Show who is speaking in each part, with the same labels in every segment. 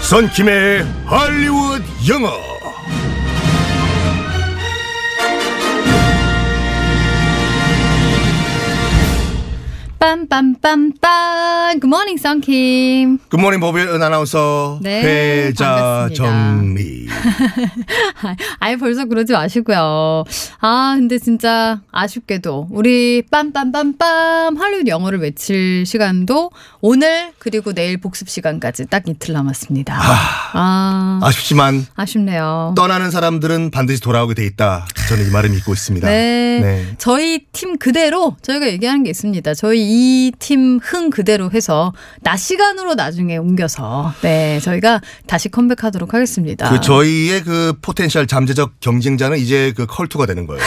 Speaker 1: 선킴의 할리우드 영어.
Speaker 2: 빰빰빰빰. Good morning, 썬킴.
Speaker 1: 굿모닝 법연 아나운서
Speaker 2: 네,
Speaker 1: 회자
Speaker 2: 반갑습니다.
Speaker 1: 정리.
Speaker 2: 아예 벌써 그러지 마시고요. 아, 근데 진짜 아쉽게도 우리 빰빰빰빰 할리우드 영어를 외칠 시간도 오늘 그리고 내일 복습 시간까지 딱 이틀 남았습니다. 아,
Speaker 1: 아쉽지만
Speaker 2: 아쉽네요.
Speaker 1: 떠나는 사람들은 반드시 돌아오게 돼 있다. 저는 이 말을 믿고 있습니다.
Speaker 2: 네.
Speaker 1: 네.
Speaker 2: 저희 팀 그대로 저희가 얘기하는 게 있습니다. 저희 이 팀 흥 그대로 해서 낮 시간으로 나중에 옮겨서 네, 저희가 다시 컴백하도록 하겠습니다.
Speaker 1: 그 저희의 그 포텐셜 잠재적 경쟁자는 이제 그 컬투가 되는 거예요.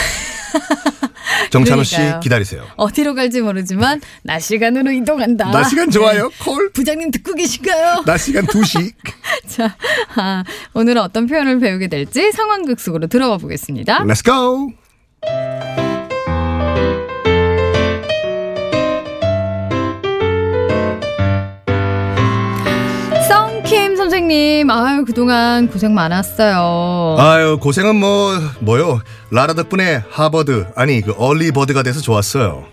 Speaker 1: 정찬호 씨
Speaker 2: 그러니까요.
Speaker 1: 기다리세요.
Speaker 2: 어디로 갈지 모르지만 낮 시간으로 이동한다. 네.
Speaker 1: 낮 시간 좋아요. 콜.
Speaker 2: 부장님 듣고 계신가요?
Speaker 1: 낮 시간 2시.
Speaker 2: 자, 아, 오늘은 어떤 표현을 배우게 될지 상황극 속으로 들어가 보겠습니다.
Speaker 1: Let's go. 네.
Speaker 2: 썬킴 선생님, 아유 그동안 고생 많았어요.
Speaker 1: 아유 고생은 뭐 뭐요 라라 덕분에 하버드 아니 그 얼리 버드가 돼서 좋았어요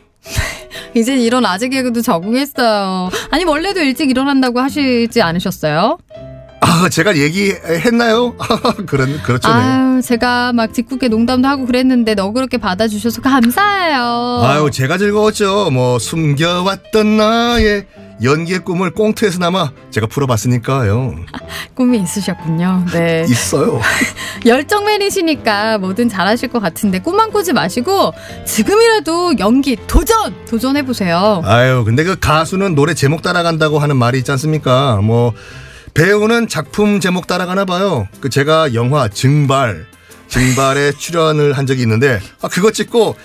Speaker 2: 이제 이런 아재 개그도 적응했어요. 아니 원래도 일찍 일어난다고 하시지 않으셨어요?
Speaker 1: 아 제가 얘기했나요 그런 그렇죠 네.
Speaker 2: 아유 제가 막 짓궂게 농담도 하고 그랬는데 너그럽게 받아주셔서 감사해요.
Speaker 1: 아유 제가 즐거웠죠 뭐 숨겨왔던 나의 연기의 꿈을 꽁트에서나마 제가 풀어봤으니까요
Speaker 2: 꿈이 있으셨군요. 네.
Speaker 1: 있어요
Speaker 2: 열정맨이시니까 뭐든 잘하실 것 같은데 꿈만 꾸지 마시고 지금이라도 연기 도전 도전해 보세요.
Speaker 1: 아유 근데 그 가수는 노래 제목 따라간다고 하는 말이 있지 않습니까 뭐 배우는 작품 제목 따라가나 봐요 그 제가 영화 증발 증발에 출연을 한 적이 있는데 아 그거 찍고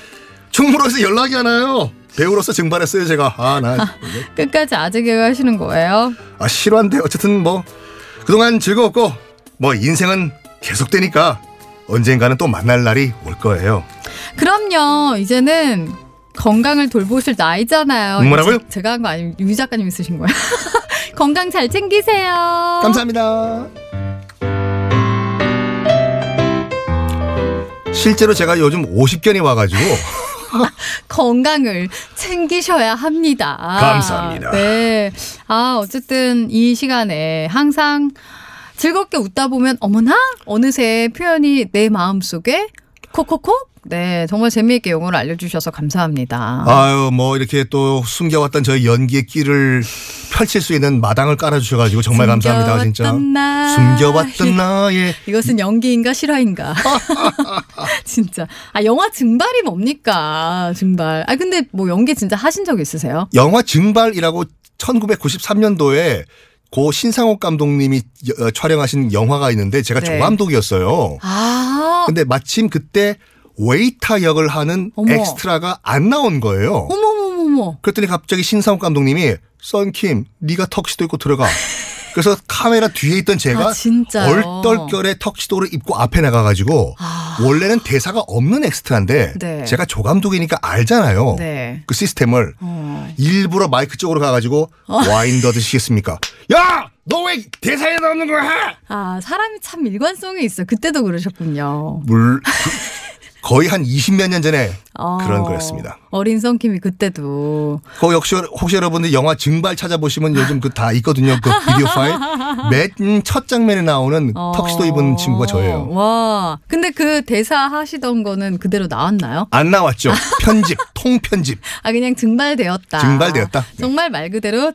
Speaker 1: 충무로에서 연락이 하나요 배우로서 증발했어요 제가 아나
Speaker 2: 끝까지 아재 개그 하시는 거예요.
Speaker 1: 아, 싫어한데 어쨌든 뭐 그동안 즐거웠고 뭐 인생은 계속되니까 언젠가는 또 만날 날이 올 거예요
Speaker 2: 그럼요. 이제는 건강을 돌보실 나이잖아요.
Speaker 1: 음, 뭐라고요?
Speaker 2: 이거 제- 제가 한 거 아니면 유 작가님 쓰신 거예요. 건강 잘 챙기세요.
Speaker 1: 감사합니다. 실제로 제가 요즘 50견이 와가지고
Speaker 2: 건강을 챙기셔야 합니다.
Speaker 1: 감사합니다.
Speaker 2: 네. 아, 어쨌든 이 시간에 항상 즐겁게 웃다 보면 어머나 어느새 표현이 내 마음속에 콕콕콕 네, 정말 재미있게 영어를 알려주셔서 감사합니다.
Speaker 1: 아유 뭐 이렇게 또 숨겨왔던 저의 연기의 끼를 펼칠 수 있는 마당을 깔아주셔가지고 정말 감사합니다 진짜
Speaker 2: 숨겨왔던 나.
Speaker 1: 숨겨왔던 나의
Speaker 2: 이것은 연기인가 실화인가? 진짜. 아, 영화 증발이 뭡니까? 증발. 아, 근데 뭐 연기 진짜 하신 적 있으세요?
Speaker 1: 영화 증발이라고 1993년도에 고 신상옥 감독님이 어, 촬영하신 영화가 있는데 제가
Speaker 2: 네.
Speaker 1: 조감독이었어요
Speaker 2: 아,
Speaker 1: 근데 마침 그때 웨이터 역을 하는
Speaker 2: 어머.
Speaker 1: 엑스트라가 안 나온 거예요.
Speaker 2: 어머머머머.
Speaker 1: 그랬더니 갑자기 신상욱 감독님이 썬킴 네가 턱시도 입고 들어가. 그래서 카메라 뒤에 있던 제가
Speaker 2: 아, 진짜요?
Speaker 1: 얼떨결에 턱시도를 입고 앞에 나가가지고
Speaker 2: 아.
Speaker 1: 원래는 대사가 없는 엑스트라인데
Speaker 2: 네.
Speaker 1: 제가 조감독이니까 알잖아요.
Speaker 2: 네.
Speaker 1: 그 시스템을
Speaker 2: 어.
Speaker 1: 일부러 마이크 쪽으로 가가지고 와인 더 드시겠습니까? 야! 너 왜 대사에 넣는 거야?
Speaker 2: 아, 사람이 참 일관성이 있어. 그때도 그러셨군요.
Speaker 1: 물 거의 한 20몇 년 전에
Speaker 2: 어.
Speaker 1: 그런 거였습니다.
Speaker 2: 어린 성킴이 그때도.
Speaker 1: 그 역시 혹시 여러분들 영화 증발 찾아보시면 요즘 그 다 있거든요. 그 비디오 파일. 맨 첫 장면에 나오는
Speaker 2: 어.
Speaker 1: 턱시도 입은 친구가 저예요.
Speaker 2: 와. 근데 그 대사 하시던 거는 그대로 나왔나요?
Speaker 1: 안 나왔죠. 편집, 통편집.
Speaker 2: 아, 그냥 증발되었다.
Speaker 1: 증발되었다. 네. 아, 예.
Speaker 2: 정말 말 그대로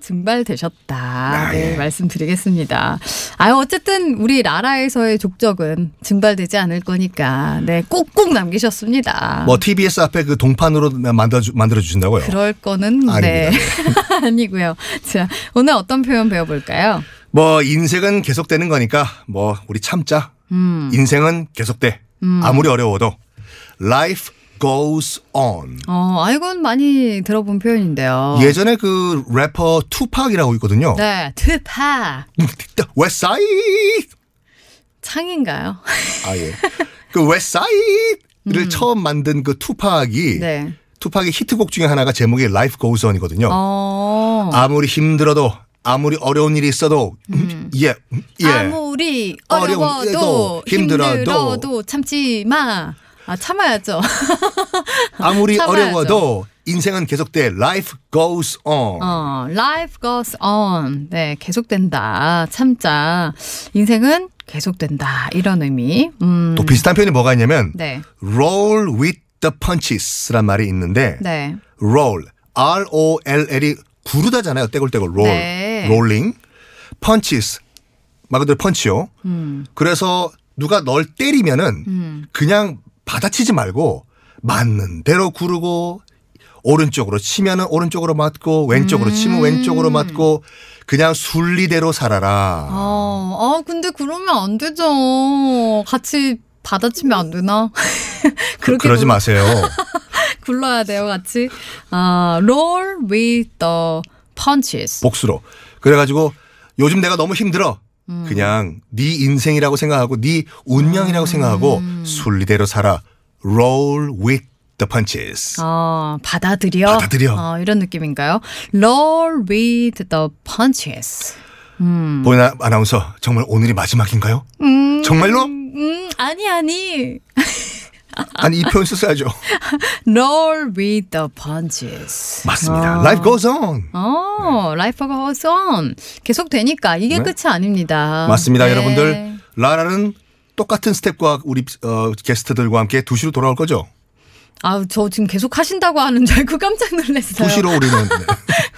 Speaker 2: 증발되셨다. 네, 말씀드리겠습니다. 아, 어쨌든 우리 라라에서의 족적은 증발되지 않을 거니까. 네, 꼭꼭 남기셨습니다.
Speaker 1: 뭐 TBS 앞에 그 동판으로 만들어 만들어 주신다고요.
Speaker 2: 그럴 거는 네. 아니고요. 자, 오늘 어떤 표현 배워볼까요?
Speaker 1: 뭐 인생은 계속되는 거니까 뭐 우리 참자.
Speaker 2: 음.
Speaker 1: 인생은 계속돼. 아무리 어려워도 life goes on.
Speaker 2: 어, 아, 이건 많이 들어본 표현인데요.
Speaker 1: 예전에 그 래퍼 투팍이라고 있거든요.
Speaker 2: 네, 트파.
Speaker 1: 웨사이드
Speaker 2: 창인가요?
Speaker 1: 아 예. 그 웨사이드를 처음 만든 그 투팍이
Speaker 2: 네.
Speaker 1: 투팍의 히트곡 중에 하나가 제목이 Life Goes On이거든요.
Speaker 2: 어.
Speaker 1: 아무리 힘들어도 아무리 어려운 일이 있어도 예, 예.
Speaker 2: 음. 아무리 어려워도
Speaker 1: 어려워도 힘들어도.
Speaker 2: 힘들어도 참지 마. 아, 참아야죠.
Speaker 1: 아무리
Speaker 2: 참아야죠.
Speaker 1: 어려워도 인생은 계속돼. Life goes on.
Speaker 2: 어, life goes on. 네, 계속된다. 참자. 인생은 계속된다. 이런 의미. 음.
Speaker 1: 또 비슷한 표현이 뭐가 있냐면
Speaker 2: 네.
Speaker 1: roll with the punches란 말이 있는데
Speaker 2: 네.
Speaker 1: roll, R O L L이 구르다잖아요. 떼굴떼굴 roll,
Speaker 2: 네.
Speaker 1: rolling, punches 말 그대로 펀치요.
Speaker 2: 음.
Speaker 1: 그래서 누가 널 때리면은 그냥 받아치지 말고 맞는 대로 구르고 오른쪽으로 치면은 오른쪽으로 맞고 왼쪽으로 치면
Speaker 2: 음.
Speaker 1: 왼쪽으로 맞고 그냥 순리대로 살아라.
Speaker 2: 어, 어, 근데 그러면 안 되죠. 같이 받아치면 안 되나?
Speaker 1: 그,
Speaker 2: 그렇게 뭐
Speaker 1: 그러지 마세요.
Speaker 2: 굴러야 돼요, 같이. 아, roll with the punches.
Speaker 1: 복수로. 그래가지고 요즘 내가 너무 힘들어. 그냥 네 인생이라고 생각하고 네
Speaker 2: 음.
Speaker 1: 운명이라고 생각하고 순리대로 살아. Roll with the punches.
Speaker 2: 아, 받아들여.
Speaker 1: 받아들여.
Speaker 2: 아, 이런 느낌인가요? roll with the punches. 음.
Speaker 1: 보이나 아나운서 정말 오늘이 마지막인가요? 정말로?
Speaker 2: 음, 아니, 아니.
Speaker 1: 아니 이 표현 쓰셔야죠.
Speaker 2: roll with the punches.
Speaker 1: 맞습니다. Life goes on.
Speaker 2: 어, 라이프 goes on. 계속 되니까 이게
Speaker 1: 네.
Speaker 2: 끝이 아닙니다.
Speaker 1: 맞습니다,
Speaker 2: 네.
Speaker 1: 여러분들. 라라는 똑같은 스텝과 우리 어, 게스트들과 함께 2시로 돌아올 거죠?
Speaker 2: 아우, 저 지금 계속 하신다고 하는 줄 알고 깜짝 놀랐어요.
Speaker 1: 2시로 우리는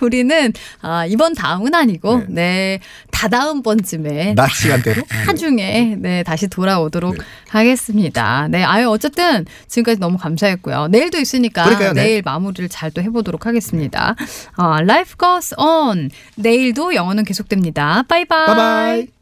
Speaker 2: 우리는 아, 이번 다음은 아니고 네, 다다음 번쯤에
Speaker 1: 네. 낮 시간대로
Speaker 2: 나중에 네 다시 돌아오도록 하겠습니다. 네, 아유 어쨌든 지금까지 너무 감사했고요. 내일도 있으니까
Speaker 1: 그러니까요, 네.
Speaker 2: 내일 마무리를 잘 또 해보도록 어, 하겠습니다. 아, Life goes on. 내일도 영어는 계속됩니다. 바이바이.
Speaker 1: 바이바이.